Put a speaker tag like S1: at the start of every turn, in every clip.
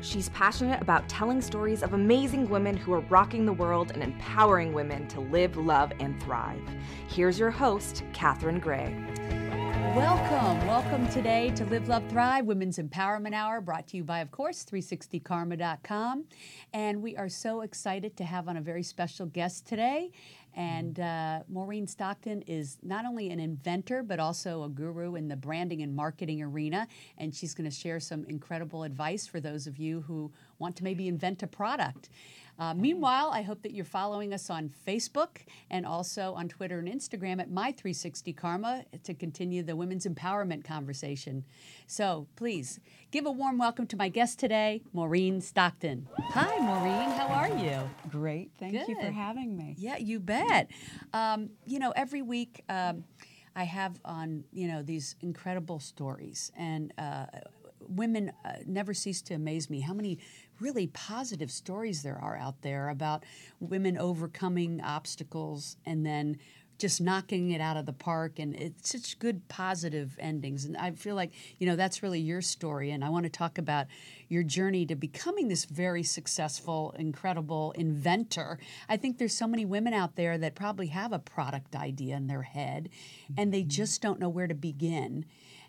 S1: She's passionate about telling stories of amazing women who are rocking the world and empowering women to live, love, and thrive. Here's your host, Katherine Gray.
S2: Welcome, welcome today to Live, Love, Thrive Women's Empowerment Hour, brought to you by, of course, 360karma.com. And we are so excited to have on a very special guest today. And uh, Maureen Stockton is not only an inventor, but also a guru in the branding and marketing arena. And she's going to share some incredible advice for those of you who want to maybe invent a product. Uh, meanwhile, I hope that you're following us on Facebook and also on Twitter and Instagram at My360Karma to continue the women's empowerment conversation. So please give a warm welcome to my guest today, Maureen Stockton. Hi, Maureen. How are you?
S3: Great. Thank you for
S2: Good.
S3: having me.
S2: Yeah, you bet. Um, you know, every week um, I have on you know these incredible stories, and uh, women uh, never cease to amaze me. How many really positive stories there are out there about women overcoming obstacles and then just knocking it out of the park and it's such good positive endings and i feel like you know that's really your story and i want to talk about your journey to becoming this very successful incredible inventor i think there's so many women out there that probably have a product idea in their head and they just don't know where to begin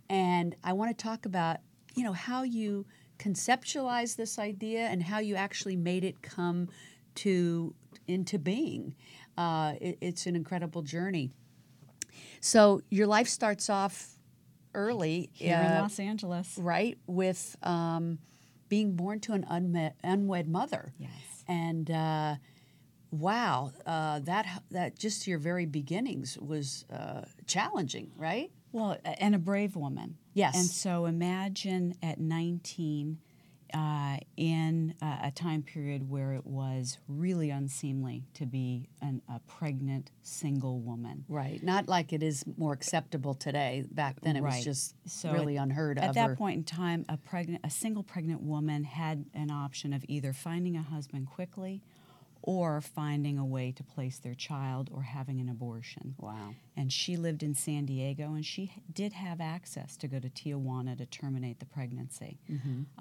S2: and i want to talk about you know how you conceptualize this idea and how you actually made it come to into being. Uh, it- it's an incredible journey. So your life starts off early,
S3: Here in
S2: uh,
S3: Los Angeles.
S2: right, with um, being born to an unme- unwed mother.
S3: Yes.
S2: And uh, wow, uh, that that just your very beginnings was uh, challenging, right?
S3: Well, a- and a brave woman.
S2: Yes.
S3: And so imagine at 19 uh, in uh, a time period where it was really unseemly to be an, a pregnant single woman.
S2: Right. Not like it is more acceptable today. Back then, it was
S3: Right.
S2: just
S3: So
S2: really
S3: at-
S2: unheard of.
S3: At that
S2: or-
S3: point in time, a pregnant, a single pregnant woman had an option of either finding a husband quickly, or finding a way to place their child, or having an abortion.
S2: Wow.
S3: And she lived in San Diego, and she h- did have access to go to Tijuana to terminate the pregnancy.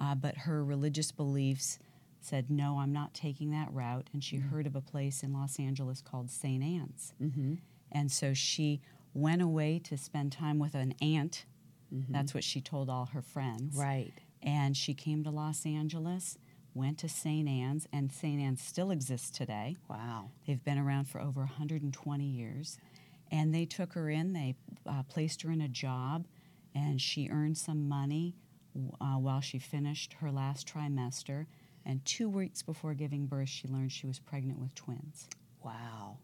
S3: Uh, but her religious beliefs said, "No, I'm not taking that route." And she heard of a place in Los Angeles called St. Anne's, and so she went away to spend time with an aunt. That's what she told all her friends.
S2: Right.
S3: And she came to Los Angeles, went to St. Anne's, and St. Anne's still exists today.
S2: Wow.
S3: They've been around for over 120 years. And they took her in, they uh, placed her in a job, and she earned some money w- uh, while she finished her last trimester. And two weeks before giving birth, she learned she was pregnant with twins.
S2: Wow.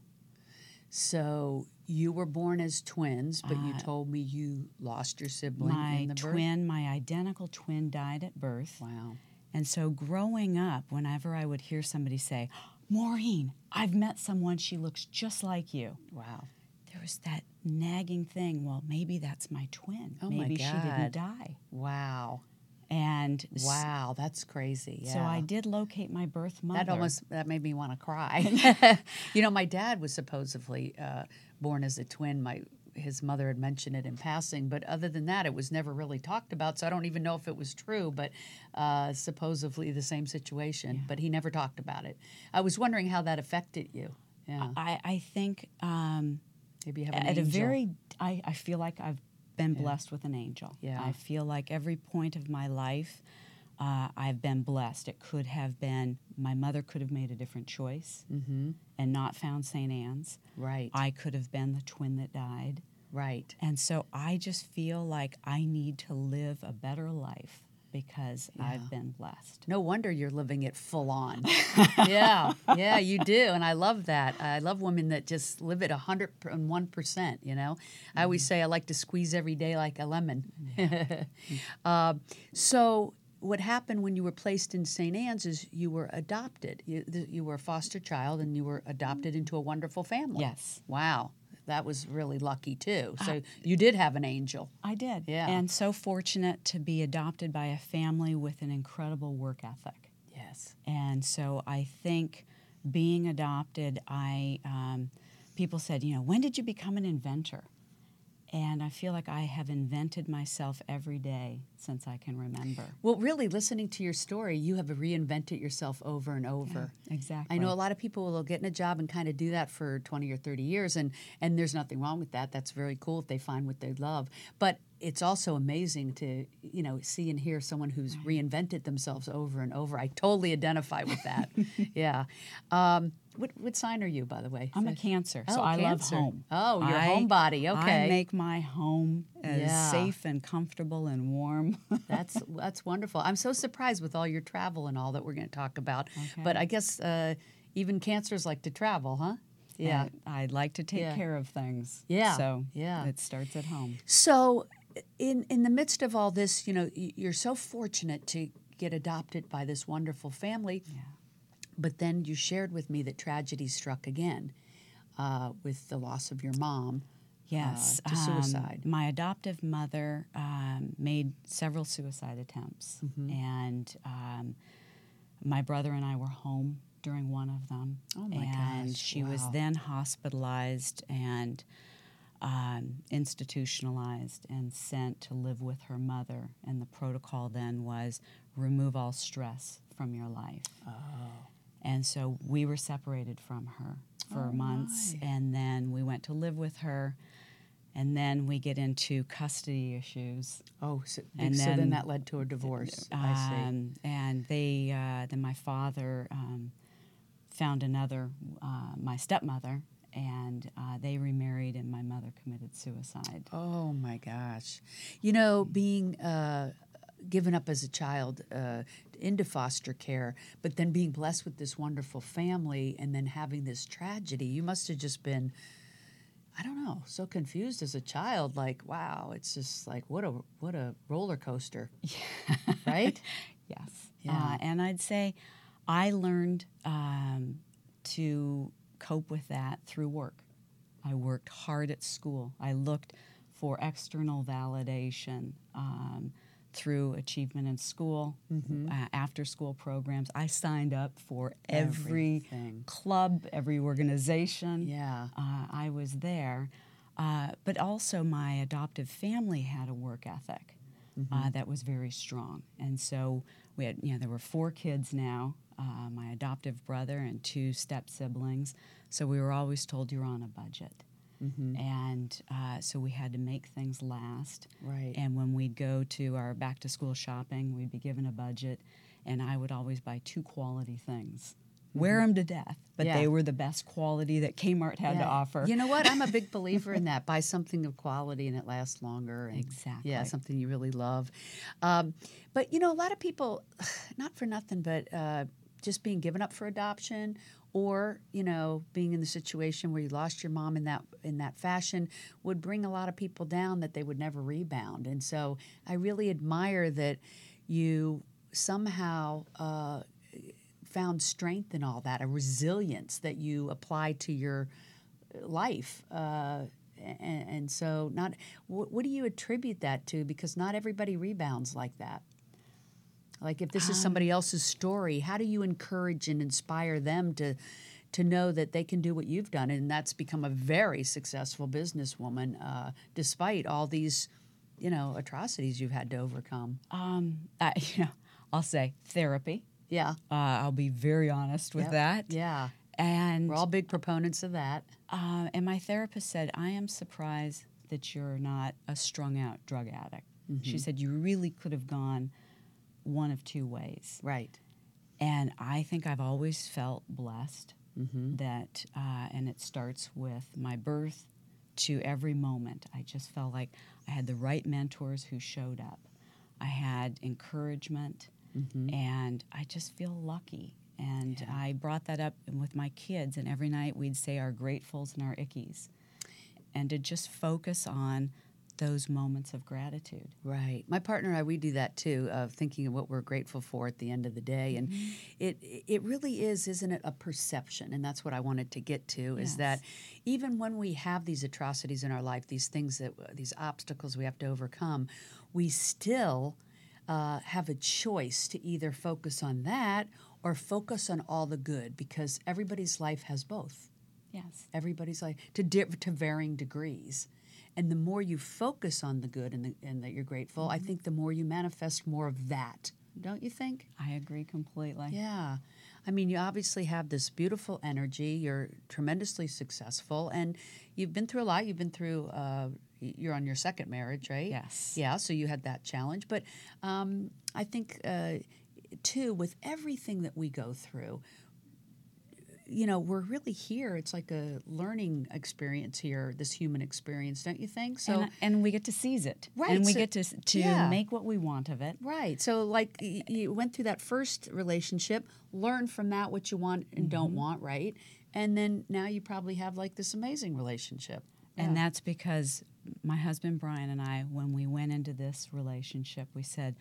S2: So you were born as twins, but you told me you lost your sibling
S3: Uh, My
S2: in the birth.
S3: twin, my identical twin, died at birth.
S2: Wow.
S3: And so growing up, whenever I would hear somebody say, Maureen, I've met someone, she looks just like you,
S2: Wow.
S3: there was that nagging thing, well, maybe that's my twin.
S2: Oh my
S3: maybe she
S2: God.
S3: didn't die.
S2: Wow.
S3: And s-
S2: Wow. That's crazy. Yeah.
S3: so I did locate my birth mother.
S2: That almost that made me want to cry. you know, my dad was supposedly uh, born as a twin. My his mother had mentioned it in passing, but other than that, it was never really talked about. So I don't even know if it was true. But uh, supposedly the same situation, but he never talked about it. I was wondering how that affected you. Yeah,
S3: I, I think um,
S2: maybe you have an
S3: at Uh, a
S2: angel.
S3: very, I, I feel like I've been blessed with an angel.
S2: Yeah.
S3: I feel like every point of my life, uh, I've been blessed. It could have been, my mother could have made a different choice and not found St. Anne's.
S2: Mm-hmm. right,
S3: I could have been the twin that died.
S2: right.
S3: And so I just feel like I need to live a better life because I've been blessed.
S2: No wonder you're living it full on. yeah, yeah, you do. And I love that. I love women that just live it 101%, you know? I always say I like to squeeze every day like a lemon. Uh, so, what happened when you were placed in St. Anne's is you were adopted. You, th- you were a foster child and you were adopted into a wonderful family.
S3: Yes.
S2: Wow. That was really lucky, too. So, you did have an angel.
S3: I did.
S2: Yeah.
S3: And so fortunate to be adopted by a family with an incredible work ethic.
S2: Yes.
S3: And so I think being adopted, I um, people said, you know, when did you become an inventor? And I feel like I have invented myself every day since I can remember.
S2: Well, really, listening to your story, you have reinvented yourself over and over.
S3: exactly.
S2: I know a lot of people will get in a job and kind of do that for 20 or 30 years, and, and there's nothing wrong with that. That's very cool if they find what they love. But it's also amazing to, you know, see and hear someone who's reinvented themselves over and over. I totally identify with that. yeah. Um, what, what sign are you, by the way?
S3: I'm a cancer, so
S2: Oh,
S3: I love
S2: Cancer.
S3: home.
S2: Oh, you're a
S3: I-
S2: homebody.
S3: I
S2: Okay.
S3: make my home as
S2: Yeah.
S3: safe and comfortable and warm.
S2: That's that's wonderful. I'm so surprised with all your travel and all that we're going to talk about. But I guess uh, even cancers like to travel, huh? Yeah.
S3: And I like to take
S2: Yeah.
S3: care of things.
S2: Yeah,
S3: So
S2: yeah.
S3: it starts at home.
S2: So, in in the midst of all this, you know, y- you're so fortunate to get adopted by this wonderful family. But then you shared with me that tragedy struck again uh, with the loss of your mom.
S3: Yes,
S2: Uh,
S3: um,
S2: to suicide.
S3: my adoptive mother um, made several suicide attempts,
S2: Mm-hmm.
S3: and um, my brother and I were home during one of them.
S2: Oh, my
S3: And
S2: gosh,
S3: she was
S2: wow.
S3: then hospitalized and um, institutionalized and sent to live with her mother. And the protocol then was remove all stress from your life.
S2: Oh.
S3: And so we were separated from her for
S2: Oh,
S3: months. And then we went to live with her. And then we get into custody issues.
S2: Oh, so,
S3: And
S2: so then
S3: then-
S2: that led to a divorce. Ah, I see.
S3: Um, and they, uh, then my father um, found another, uh, my stepmother, and uh, they remarried, and my mother committed suicide.
S2: Oh my gosh. You know, being uh, given up as a child uh, into foster care, but then being blessed with this wonderful family and then having this tragedy, you must have just been, I don't know, so confused as a child. Like, wow, it's just like, what a, what a roller coaster. right?
S3: Yes.
S2: Yeah.
S3: Uh, and I'd say I learned um, to cope with that through work. I worked hard at school. I looked for external validation um, through achievement in school,
S2: Mm-hmm.
S3: uh, after school programs. I signed up for every
S2: Everything.
S3: club, every organization
S2: Yeah.
S3: uh, I was there. Uh, but also, my adoptive family had a work ethic
S2: Mm-hmm.
S3: uh, that was very strong. And so, we had, you know, there were four kids now uh, my adoptive brother and two step siblings. So, we were always told you're on a budget.
S2: Mm-hmm.
S3: And uh, so, we had to make things last.
S2: Right.
S3: And when we'd go to our back to school shopping, we'd be given a budget. And I would always buy two quality things. Wear them to death, but
S2: Mm-hmm. Yeah.
S3: they were the best quality that Kmart had
S2: Yeah.
S3: to offer.
S2: You know what? I'm a big believer in that. Buy something of quality and it lasts longer. and- Yeah,
S3: Exactly.
S2: something you really love. Um, but, you know, a lot of people, not for nothing, but uh, just being given up for adoption or you know being in the situation where you lost your mom in that in that fashion would bring a lot of people down that they would never rebound and so i really admire that you somehow uh, found strength in all that, a resilience that you apply to your life. Uh, and, and so, not what, what do you attribute that to? Because not everybody rebounds like that. Like if this is somebody else's story, how do you encourage and inspire them to to know that they can do what you've done, and that's become a very successful businesswoman uh, despite all these, you know, atrocities you've had to overcome.
S3: um, I, you know, I'll say therapy.
S2: Yeah,
S3: Uh, I'll be very honest with
S2: Yep.
S3: that.
S2: yeah.
S3: And
S2: We're all big proponents of that.
S3: uh, and my therapist said, I am surprised that you're not a strung out drug addict.
S2: Mm-hmm.
S3: She said you really could have gone one of two ways.
S2: Right.
S3: And I think I've always felt blessed that, uh, and it starts with my birth to every moment. I just felt like I had the right mentors who showed up. I had encouragement, and I just feel lucky. And I brought that up with my kids, and every night we'd say our gratefuls and our ickies, and to just focus on those moments of gratitude.
S2: Right. My partner and I, we do that too, of thinking of what we're grateful for at the end of the day. And it it really is, isn't it, a perception? And that's what I wanted to get to is that even when we have these atrocities in our life, these things that, these obstacles we have to overcome, we still uh, have a choice to either focus on that or focus on all the good because everybody's life has both
S3: Yes.
S2: everybody's life to di- to varying degrees And the more you focus on the good and, the, and that you're grateful, I think the more you manifest more of that, Mm-hmm. don't you think?
S3: I agree completely.
S2: Yeah. I mean, you obviously have this beautiful energy. You're tremendously successful, and you've been through a lot. You've been through. Uh, you're on your second marriage, right?
S3: Yes.
S2: Yeah. So you had that challenge, but um, I think uh, too, with everything that we go through, you know, we're really here. It's like a learning experience here, this human experience, don't you think? So.
S3: and, and we get to seize it.
S2: Right,
S3: And we
S2: so-
S3: get to, s- to
S2: yeah.
S3: make what we want of it.
S2: Right. So, like, y- you went through that first relationship, learn from that what you want and
S3: Mm-hmm.
S2: don't want, right? And then now you probably have like this amazing relationship.
S3: And that's because my husband Brian and I, when we went into this relationship, we said,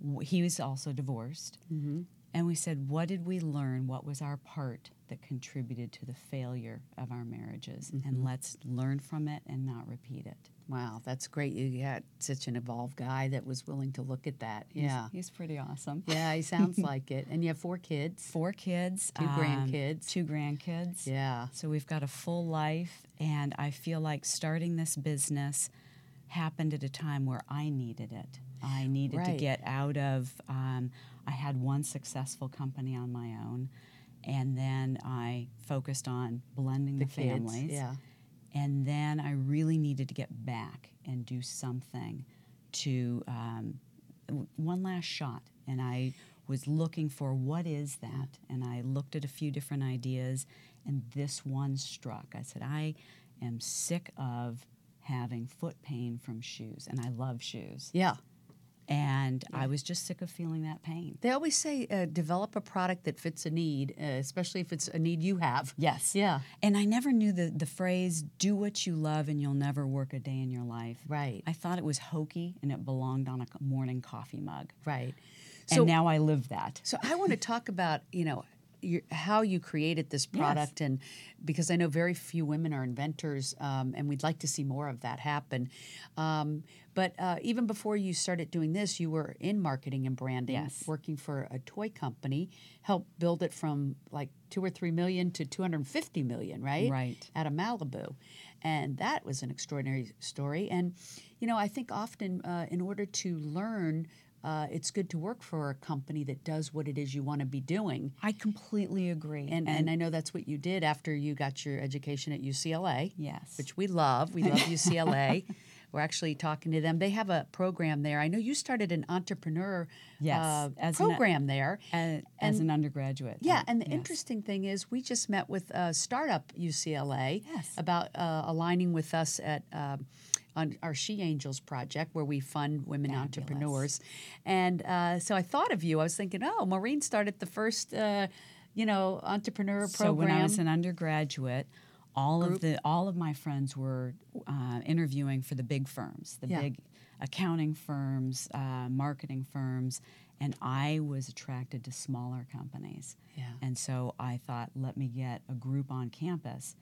S3: w- he was also divorced.
S2: Mm-hmm.
S3: And we said, what did we learn? What was our part that contributed to the failure of our marriages?
S2: Mm-hmm.
S3: And let's learn from it and not repeat it.
S2: Wow, that's great. You got such an evolved guy that was willing to look at that. Yeah.
S3: He's pretty awesome.
S2: Yeah, he sounds like it. And you have four kids.
S3: Four kids, um,
S2: Two grandkids.
S3: Two grandkids.
S2: Yeah.
S3: So we've got a full life, and I feel like starting this business happened at a time where I needed it. I needed to
S2: Right.
S3: get out of, um, I had one successful company on my own, and then I focused on blending the,
S2: kids,
S3: families.
S2: yeah.
S3: And then I really needed to get back and do something to um, w- one last shot. And I was looking for what is that? And I looked at a few different ideas, and this one struck. I said, I am sick of having foot pain from shoes, and I love shoes.
S2: Yeah.
S3: And I was just sick of feeling that pain.
S2: They always say uh, develop a product that fits a need, uh, especially if it's a need you have.
S3: Yes.
S2: Yeah.
S3: And I never knew the, the phrase, do what you love and you'll never work a day in your life.
S2: Right.
S3: I thought it was hokey and it belonged on a co- morning coffee mug.
S2: Right.
S3: and now I live that.
S2: So I want to talk about you know your, how you created this product, and because I know very few women are inventors, um, and we'd like to see more of that happen. Um, but uh, even before you started doing this, you were in marketing and branding,
S3: Yes.
S2: working for a toy company, helped build it from like two or three million to two hundred fifty million, right?
S3: Right.
S2: Out of Malibu, and that was an extraordinary story. And you know, I think often uh, in order to learn uh, it's good to work for a company that does what it is you want to be doing.
S3: I completely agree.
S2: And, and I know that's what you did after you got your education at UCLA.
S3: Yes.
S2: Which we love. We love UCLA. We're actually talking to them. They have a program there. I know you started an entrepreneur
S3: Yes,
S2: uh,
S3: as an-
S2: program there.
S3: as, as an undergraduate.
S2: Yeah,
S3: I-
S2: and the
S3: yes.
S2: interesting thing is, we just met with uh, startup UCLA
S3: Yes.
S2: about uh, aligning with us at um, on our She Angels project, where we fund women entrepreneurs. And uh, so I thought of you. I was thinking, oh, Maureen started the first, uh, you know, entrepreneur
S3: So when I
S2: program.
S3: was an undergraduate, all of the all of my friends were uh, interviewing for the big firms, the
S2: Yeah.
S3: big accounting firms, uh, marketing firms, and I was attracted to smaller companies.
S2: Yeah.
S3: And so I thought, let me get a group on campus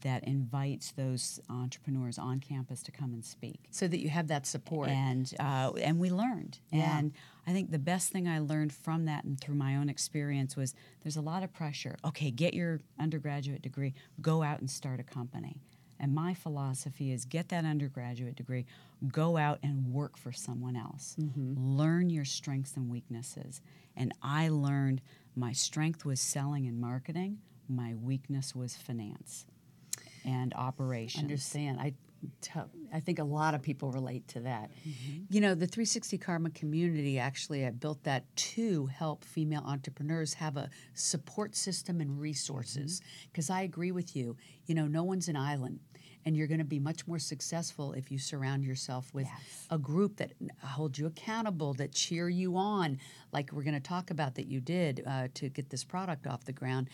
S3: that invites those entrepreneurs on campus to come and speak.
S2: so that you have that support.
S3: and uh, and we learned.
S2: Yeah.
S3: And I think the best thing I learned from that and through my own experience was there's a lot of pressure. Okay, get your undergraduate degree, go out and start a company. And my philosophy is get that undergraduate degree, go out and work for someone else.
S2: Mm-hmm.
S3: Learn your strengths and weaknesses. And I learned my strength was selling and marketing, my weakness was finance and operations.
S2: understand. I, to- I think a lot of people relate to that. You know, the 360 Karma community actually, I built that to help female entrepreneurs have a support system and resources. Because I agree with you, you know, no one's an island. And you're going to be much more successful if you surround yourself with a group that holds you accountable, that cheer you on, like we're going to talk about that you did uh, to get this product off the ground.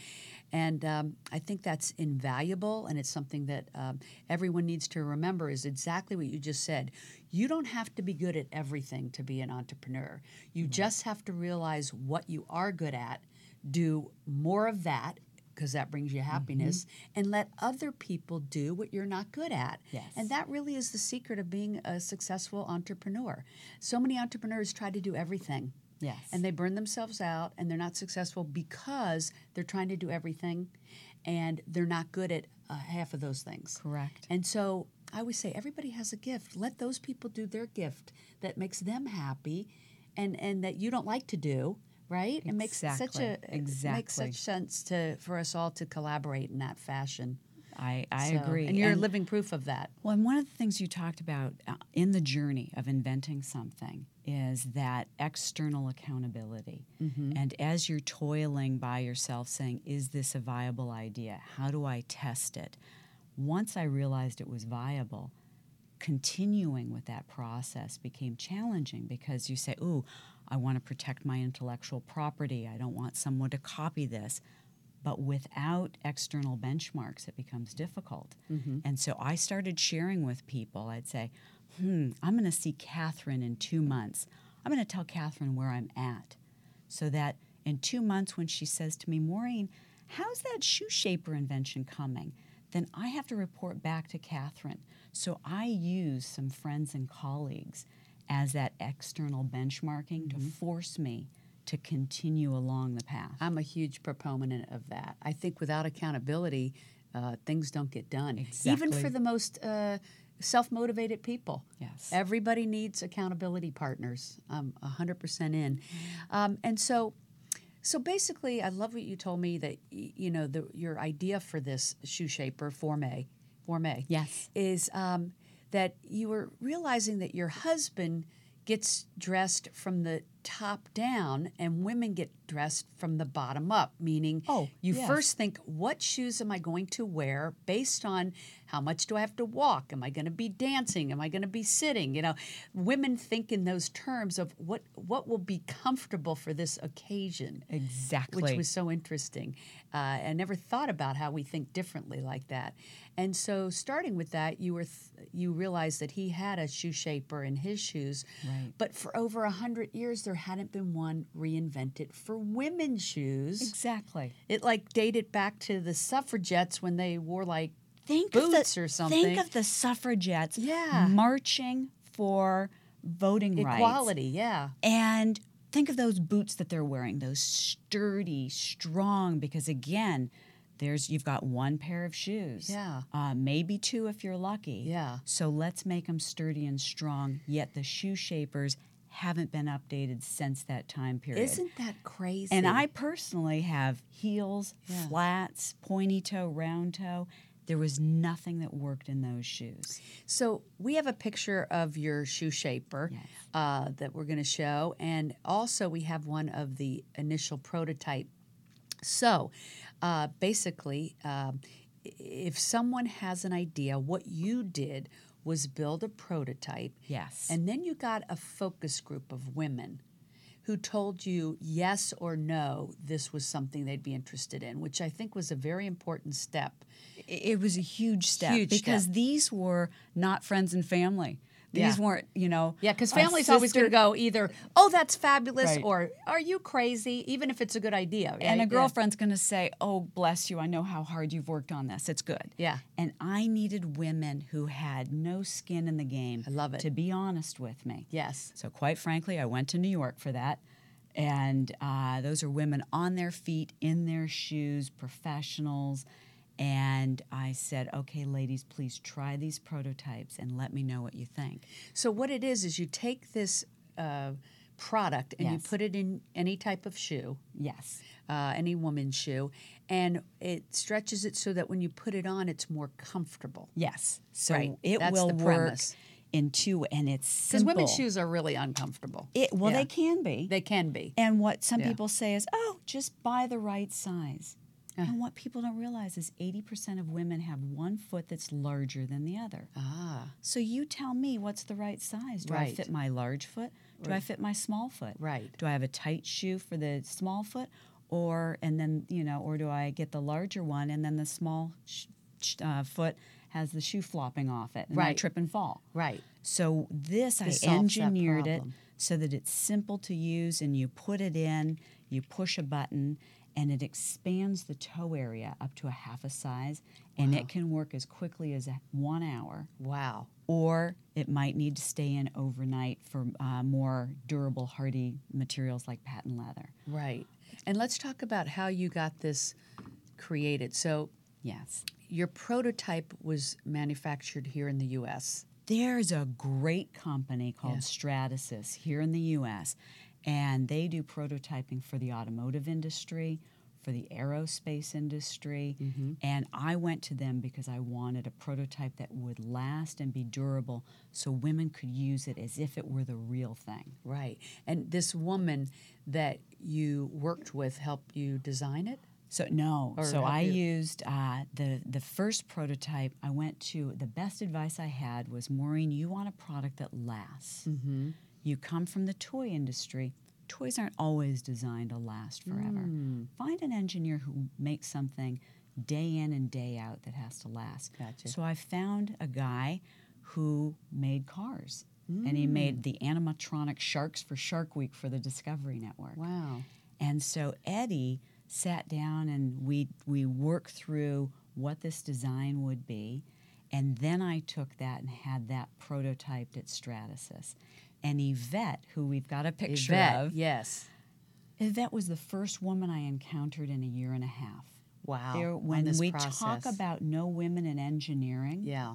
S2: And um, I think that's invaluable, and it's something that um, everyone needs to remember is exactly what you just said. You don't have to be good at everything to be an entrepreneur. You just have to realize what you are good at, do more of that because that brings you happiness, and let other people do what you're not good at.
S3: Yes.
S2: And that really is the secret of being a successful entrepreneur. So many entrepreneurs try to do everything.
S3: Yes.
S2: And they burn themselves out and they're not successful because they're trying to do everything and they're not good at uh, half of those things.
S3: Correct.
S2: And so I always say everybody has a gift. Let those people do their gift that makes them happy, and and that you don't like to do. Right? It makes such
S3: Exactly.
S2: a it makes
S3: Exactly.
S2: such sense to for us all to collaborate in that fashion.
S3: I, I
S2: So-
S3: agree.
S2: and you're
S3: And-
S2: living proof of that.
S3: Well, and one of the things you talked about uh, in the journey of inventing something is that external accountability. And as you're toiling by yourself saying, is this a viable idea? How do I test it? Once I realized it was viable, continuing with that process became challenging because you say, ooh, I want to protect my intellectual property. I don't want someone to copy this. But without external benchmarks, it becomes difficult. And so I started sharing with people. I'd say, hmm, I'm going to see Catherine in two months. I'm going to tell Catherine where I'm at so that in two months when she says to me maureen how's that shoe shaper invention coming then i have to report back to catherine so i use some friends and colleagues as that external benchmarking to force me to continue along the path
S2: I'm a huge proponent of that. I think without accountability, uh, things don't get done. Even for
S3: Exactly.
S2: the most uh, self motivated people.
S3: Yes.
S2: Everybody needs accountability partners. I'm 100% in. Um, and so, so basically, I love what you told me that y- you know the, your idea for this shoe shaper forme, forme.
S3: Yes.
S2: is um, that you were realizing that your husband gets dressed from the top down and women get dressed from the bottom up meaning
S3: Oh,
S2: you
S3: yes.
S2: first think what shoes am i going to wear based on how much do i have to walk am i going to be dancing am i going to be sitting you know women think in those terms of what what will be comfortable for this occasion
S3: exactly
S2: which was so interesting. Uh, I never thought about how we think differently like that. And so, starting with that, you were th- you realized that he had a shoe shaper in his shoes,
S3: Right.
S2: but for over a hundred years, there hadn't been one reinvented for women's shoes.
S3: exactly
S2: It like dated back to the suffragettes when they wore like
S3: think
S2: boots
S3: of the,
S2: or something.
S3: think of the suffragettes
S2: Yeah.
S3: marching for voting rights
S2: equality. Yeah,
S3: And think of those boots that they're wearing, those sturdy, strong, because again, there's you've got one pair of shoes.
S2: Yeah.
S3: Uh, maybe two if you're lucky.
S2: Yeah.
S3: So let's make them sturdy and strong, yet the shoe shapers haven't been updated since that time period.
S2: isn't that crazy?
S3: and I personally have heels,
S2: Yeah.
S3: flats, pointy toe, round toe. There was nothing that worked in those shoes.
S2: So we have a picture of your shoe shaper
S3: Yes.
S2: uh, that we're going to show, and also we have one of the initial prototype. So uh, basically, um, i- if someone has an idea, what you did was build a prototype.
S3: Yes.
S2: And then you got a focus group of women who told you yes or no this was something they'd be interested in, which I think was a very important step.
S3: I- it was a huge step
S2: Huge
S3: because
S2: step.
S3: these were not friends and family. These
S2: Yeah.
S3: weren't, you know.
S2: Yeah, because
S3: a
S2: family's always going to
S3: sister
S2: go either, oh, that's fabulous,
S3: Right.
S2: or are you crazy, even if it's a good idea. Right?
S3: And
S2: Yeah.
S3: a girlfriend's going to say, "Oh, bless you! I know how hard you've worked on this. It's good."
S2: Yeah.
S3: And I needed women who had no skin in the game.
S2: I love it.
S3: To be honest with me.
S2: Yes.
S3: So quite frankly, I went to New York for that. And uh, those are women on their feet, in their shoes, professionals. And I said, okay, ladies, please try these prototypes and let me know what you think.
S2: So, what it is, is you take this uh, product and you
S3: Yes.
S2: put it in any type of shoe,
S3: Yes.
S2: uh, any woman's shoe, and it stretches it so that when you put it on, it's more comfortable.
S3: Yes. So
S2: Right.
S3: it
S2: That's
S3: will
S2: the
S3: work
S2: premise.
S3: in two, and it's
S2: Because
S3: simple.
S2: women's shoes are really uncomfortable.
S3: It, well,
S2: Yeah.
S3: they can be.
S2: They can be.
S3: and what some
S2: Yeah.
S3: people say is, oh, just buy the right size.
S2: Uh.
S3: And what people don't realize is 80% of women have one foot that's larger than the other.
S2: Ah,
S3: So you tell me what's the right size. Do I
S2: Right.
S3: fit my large foot? Do I fit my small foot?
S2: Right.
S3: Do I have a tight shoe for the small foot, or and then you know, or do I get the larger one and then the small sh- sh- uh, foot has the shoe flopping off it and I
S2: Right.
S3: trip and fall.
S2: right.
S3: So this,
S2: This
S3: I
S2: solves that
S3: engineered it
S2: problem.
S3: so that it's simple to use, and you put it in, you push a button, and it expands the toe area up to a half a size, and it can work as quickly as a- one hour
S2: Wow.
S3: or it might need to stay in overnight for uh, more durable, hardy materials like patent leather.
S2: Right. And let's talk about how you got this created. So,
S3: Yes.
S2: your prototype was manufactured here in the U.S.
S3: There's a great company called Stratasys here in the US, and they do prototyping for the automotive industry, for the aerospace industry. And I went to them because I wanted a prototype that would last and be durable so women could use it as if it were the real thing.
S2: Right. And this woman that you worked with helped you design it?
S3: So no. so
S2: help
S3: I
S2: you.
S3: used uh, the the first prototype. I went to the best advice I had was Maureen. You want a product that lasts. Mm-hmm. You come from the toy industry. Toys aren't always designed to last forever.
S2: Mm.
S3: Find an engineer who makes something day in and day out that has to last.
S2: Gotcha.
S3: So I found a guy who made cars, and
S2: Mm.
S3: he made the animatronic sharks for Shark Week for the Discovery Network.
S2: Wow.
S3: And so Eddie sat down and we we worked through what this design would be. And then I took that and had that prototyped at Stratasys. And Yvette, who we've got a picture
S2: Yvette,
S3: of,
S2: yes.
S3: Yvette was the first woman I encountered in a year and a half.
S2: Wow.
S3: There,
S2: on
S3: when
S2: this
S3: we talk
S2: process.
S3: about no women in engineering,
S2: Yeah.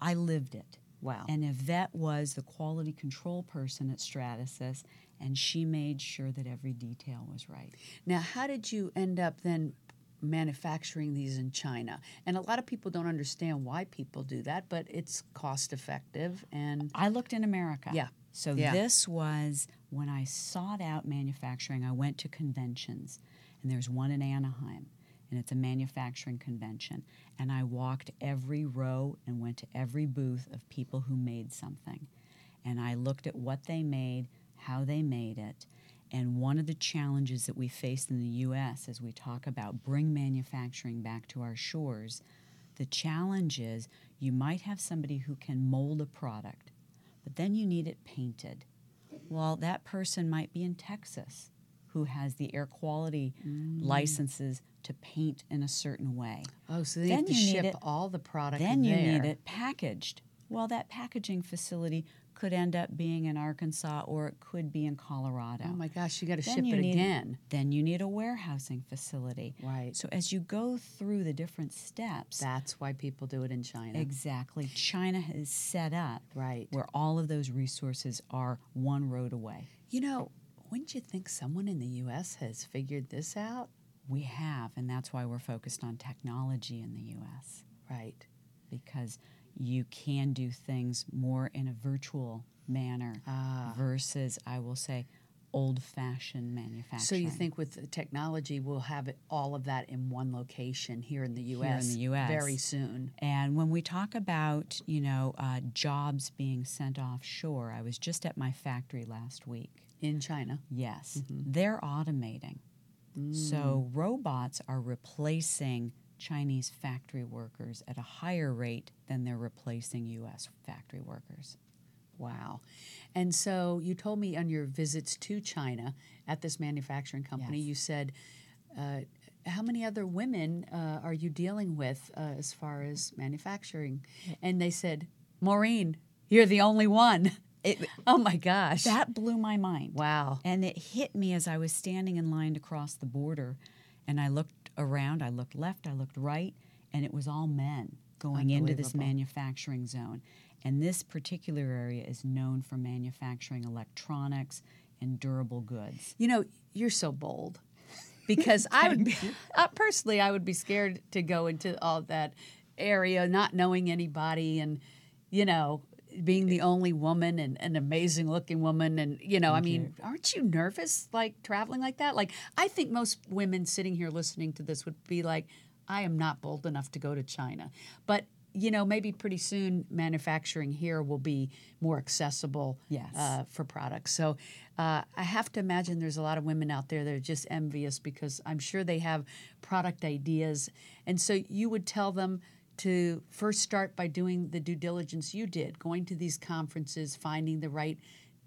S3: I lived it.
S2: Wow.
S3: And Yvette was the quality control person at Stratasys, and she made sure that every detail was right.
S2: Now, how did you end up then manufacturing these in China? And a lot of people don't understand why people do that, but it's cost effective and
S3: I looked in America.
S2: Yeah.
S3: So
S2: Yeah.
S3: this was when I sought out manufacturing. I went to conventions, and there's one in Anaheim, and it's a manufacturing convention. And I walked every row and went to every booth of people who made something. And I looked at what they made, how they made it. And one of the challenges that we face in the US as we talk about bring manufacturing back to our shores, the challenge is you might have somebody who can mold a product, but then you need it painted. Well, that person might be in Texas who has the air quality
S2: Mm.
S3: licenses to paint in a certain way.
S2: oh, so they
S3: Then
S2: have to
S3: you need
S2: ship
S3: it-
S2: all the product. in
S3: Then you need
S2: there.
S3: it packaged. Well, that packaging facility could end up being in Arkansas or it could be in Colorado.
S2: Oh my gosh, you got to
S3: Then
S2: ship it
S3: you need-
S2: again.
S3: Then you need a warehousing facility.
S2: Right.
S3: So as you go through the different steps,
S2: That's why people do it in China.
S3: exactly, China has set up
S2: Right.
S3: where all of those resources are one road away.
S2: You know, wouldn't you think someone in the U.S. has figured this out?
S3: We have, and that's why we're focused on technology in the U.S.
S2: Right.
S3: because you can do things more in a virtual manner
S2: Ah.
S3: versus, I will say, old-fashioned manufacturing.
S2: So you think with the technology, we'll have it, all of that in one location here in the
S3: in
S2: U.S.
S3: the US.
S2: very soon.
S3: And when we talk about, you know, uh, jobs being sent offshore, I was just at my factory last week.
S2: in China.
S3: Yes, they're automating. So robots are replacing Chinese factory workers at a higher rate than they're replacing U.S. factory workers.
S2: Wow. And so you told me on your visits to China at this manufacturing company,
S3: Yes.
S2: you said, uh, how many other women uh, are you dealing with uh, as far as manufacturing? And they said, Maureen, you're the only one. oh my gosh.
S3: That blew my mind.
S2: wow.
S3: And it hit me as I was standing in line to cross the border. And I looked around, I looked left, I looked right, and it was all men going into this manufacturing zone. And this particular area is known for manufacturing electronics and durable goods.
S2: You know, you're so bold. Because I would be, uh, personally, I would be scared to go into all that area, not knowing anybody, and you know, being the only woman and an amazing looking woman, and you know, I mean, aren't you nervous like traveling like that? Like, I think most women sitting here listening to this would be like, I am not bold enough to go to China, but you know, maybe pretty soon manufacturing here will be more accessible
S3: Yes.
S2: uh, for products. So uh, I have to imagine there's a lot of women out there that are just envious because I'm sure they have product ideas. And so you would tell them to first start by doing the due diligence you did, going to these conferences, finding the right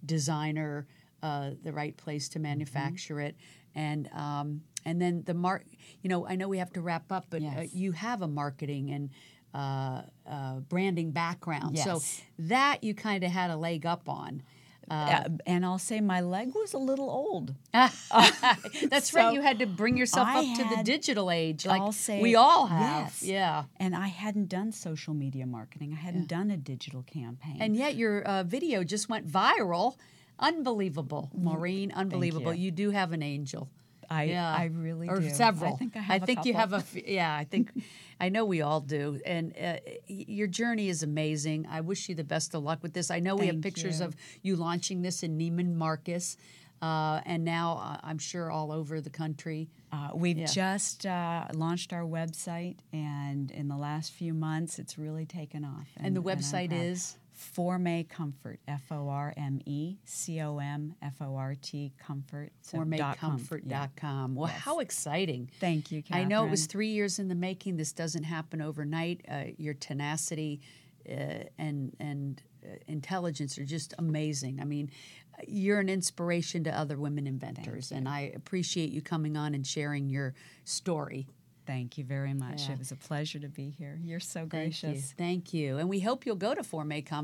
S2: designer, uh, the right place
S3: Mm-hmm.
S2: to manufacture it, and um, and then the mark. You know, I know we have to wrap up, but uh,
S3: Yes.
S2: you have a marketing and uh, uh, branding background, so
S3: Yes.
S2: that you kind of had a leg up on.
S3: Uh, and I'll say my leg was a little old.
S2: That's
S3: So
S2: right. You had to bring yourself
S3: I
S2: up to the
S3: had-
S2: digital age, like
S3: I'll say
S2: we all have.
S3: yes.
S2: Yeah.
S3: And I hadn't done social media marketing. I hadn't done a digital campaign.
S2: And yet your uh, video just went viral. Unbelievable, Maureen. Unbelievable.
S3: Mm, you.
S2: You. do have an angel.
S3: I- I really
S2: or
S3: do. I
S2: several.
S3: think I have a
S2: you have a
S3: couple.
S2: f- yeah. I think I know we all do. And uh, y- your journey is amazing. I wish you the best of luck with this. I know we have
S3: Thank
S2: pictures
S3: you.
S2: of you launching this in Neiman Marcus, uh, and now uh, I'm sure all over the country.
S3: Uh, we've just uh, launched our website, and in the last few months, it's really taken off.
S2: And the
S3: I'm
S2: website
S3: proud.
S2: is?
S3: Forme Comfort, F O R M E C O M F O R T Comfort. so dot com. Yeah.
S2: formacomfort.com. Well, how exciting.
S3: Thank you,
S2: I know it was
S3: Catherine.
S2: three years in the making. This doesn't happen overnight. Uh, your tenacity uh, and and uh, intelligence are just amazing. I mean, you're an inspiration to other women inventors, and I appreciate you coming on and sharing your story.
S3: Thank you very much. It was a pleasure to be here. You're so
S2: Thank you.
S3: gracious.
S2: Thank you. And we hope you'll go to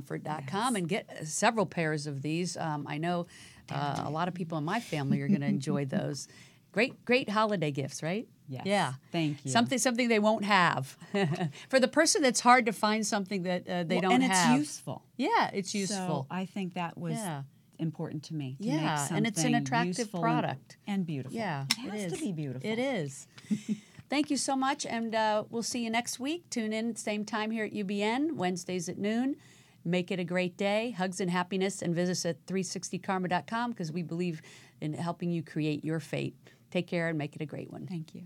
S2: formacomfort.com and get uh, several pairs of these. Um, I know uh, a lot of people in my family are going to enjoy those. Great, great holiday gifts, right?
S3: Yes.
S2: Yeah.
S3: Thank you.
S2: Something, something they won't have. For the person that's hard to find something that uh, they
S3: Well,
S2: don't
S3: and it's
S2: have.
S3: useful.
S2: Yeah, it's useful.
S3: So I think that was
S2: Yeah.
S3: important to me. to make
S2: Yeah, and it's an
S3: something
S2: attractive
S3: useful and-
S2: product.
S3: and, beautiful.
S2: yeah,
S3: it has to
S2: is.
S3: be beautiful.
S2: It is. Thank you so much, and uh, we'll see you next week. Tune in same time here at UBN Wednesdays at noon. Make it a great day. Hugs and happiness, and visit us at 360karma.com because we believe in helping you create your fate. Take care and make it a great one.
S3: Thank you.